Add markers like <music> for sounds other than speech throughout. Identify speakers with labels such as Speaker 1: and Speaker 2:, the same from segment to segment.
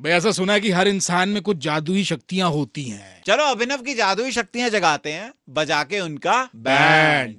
Speaker 1: भाई ऐसा सुना है कि हर इंसान में कुछ जादुई शक्तियां होती हैं
Speaker 2: चलो अभिनव की जादुई शक्तियां जगाते हैं बजा के उनका बैंड
Speaker 1: बैंड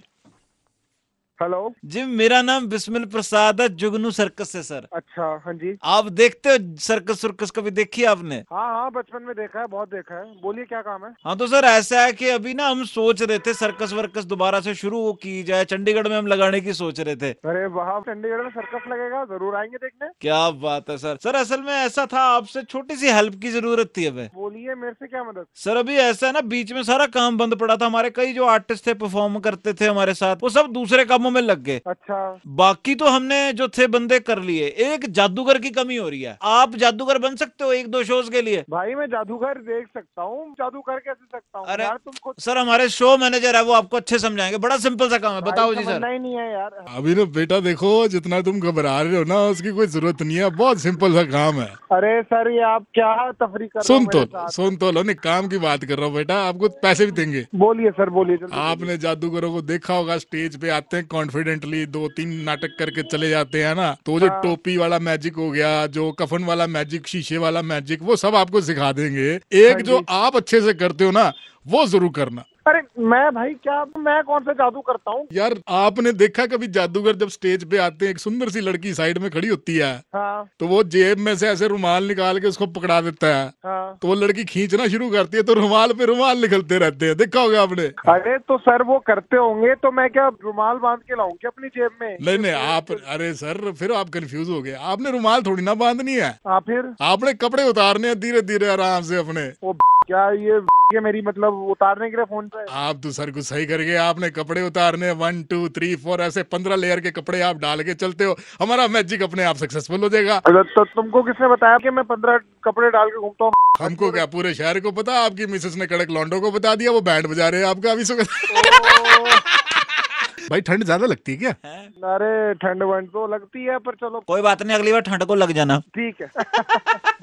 Speaker 3: हेलो
Speaker 2: जी मेरा नाम बिस्मिल प्रसाद है जुगनू सर्कस से सर
Speaker 3: अच्छा हाँ जी
Speaker 2: आप देखते हो सर्कस सर्कस कभी देखी आपने
Speaker 3: हाँ हाँ बचपन में देखा है बहुत देखा है बोलिए क्या काम है
Speaker 2: हाँ तो सर ऐसा है कि अभी ना हम सोच रहे थे सर्कस वर्कस दोबारा से शुरू वो की जाए चंडीगढ़ में हम लगाने की सोच रहे थे
Speaker 3: अरे वहाँ चंडीगढ़ में सर्कस लगेगा जरूर आएंगे देखने
Speaker 2: क्या बात है सर सर असल में ऐसा था आपसे छोटी सी हेल्प की जरूरत थी हमें
Speaker 3: बोलिए मेरे से क्या मदद
Speaker 2: सर अभी ऐसा है ना बीच में सारा काम बंद पड़ा था हमारे कई जो आर्टिस्ट थे परफॉर्म करते थे हमारे साथ वो सब दूसरे कामों में लग गए
Speaker 3: अच्छा
Speaker 2: बाकी तो हमने जो थे बंदे कर लिए एक जादूगर की कमी हो रही है आप जादूगर बन सकते हो एक दो शोज के लिए
Speaker 3: भाई मैं जादूगर देख सकता हूँ जादूगर कैसे सकता हूँ
Speaker 2: अरे,
Speaker 3: यार तुम खुद
Speaker 2: सर हमारे शो मैनेजर है वो आपको अच्छे समझाएंगे बड़ा सिंपल सा काम है
Speaker 3: भाई
Speaker 2: बताओ जी
Speaker 3: समझना
Speaker 2: सर
Speaker 3: ही नहीं है यार
Speaker 1: अभी ना बेटा देखो जितना तुम घबरा रहे हो ना उसकी कोई जरूरत नहीं है बहुत सिंपल सा काम है
Speaker 3: अरे सर ये आप क्या तफरी कर रहे हो
Speaker 1: सुन तो
Speaker 3: मेरे साथ?
Speaker 1: सुन तो लो नहीं काम की बात कर रहा हूँ बेटा आपको पैसे भी देंगे
Speaker 3: बोलिए सर बोलिए जल्दी
Speaker 2: हाँ।
Speaker 1: आपने जादूगरों को देखा होगा स्टेज पे आते हैं कॉन्फिडेंटली दो तीन नाटक करके चले जाते हैं ना तो जो टोपी वाला मैजिक हो गया जो कफन वाला मैजिक शीशे वाला मैजिक वो सब आपको सिखा देंगे एक जो आप अच्छे से करते हो ना वो जरूर करना
Speaker 3: अरे मैं भाई क्या मैं कौन सा जादू करता हूँ
Speaker 1: यार आपने देखा कभी जादूगर जब स्टेज पे आते हैं एक सुंदर सी लड़की साइड में खड़ी होती है
Speaker 3: हाँ
Speaker 1: तो वो जेब में से ऐसे रुमाल निकाल के उसको पकड़ा देता है
Speaker 3: हाँ
Speaker 1: तो वो लड़की खींचना शुरू करती है तो रुमाल पे रुमाल निकलते रहते हैं देखा होगा आपने
Speaker 3: अरे तो सर वो करते होंगे तो मैं क्या रुमाल बांध के लाऊंगी अपनी जेब में
Speaker 1: नहीं नहीं आप अरे सर फिर आप कंफ्यूज हो गए आपने रुमाल थोड़ी ना बांधनी है
Speaker 3: हाँ फिर
Speaker 1: आपने कपड़े उतारने हैं धीरे धीरे आराम से अपने
Speaker 3: वो क्या ये ये मेरी मतलब उतारने के लिए फोन पे
Speaker 1: आप तो सर कुछ सही कर गए आपने कपड़े उतारने वन टू थ्री फोर ऐसे पंद्रह लेयर के कपड़े आप डाल के चलते हो हमारा मैजिक अपने आप सक्सेसफुल हो जाएगा
Speaker 3: अरे तो तुमको किसने बताया कि मैं पंद्रह कपड़े डाल के घूमता हूँ
Speaker 1: हमको क्या पूरे शहर को पता आपकी मिसेस ने कड़क लॉन्डो को बता दिया वो बैंड बजा रहे हैं आपका अभी सुबह <laughs> भाई ठंड ज्यादा लगती है क्या
Speaker 3: अरे ठंड वंड तो लगती है पर चलो
Speaker 2: कोई बात नहीं अगली बार ठंड को लग जाना
Speaker 3: ठीक है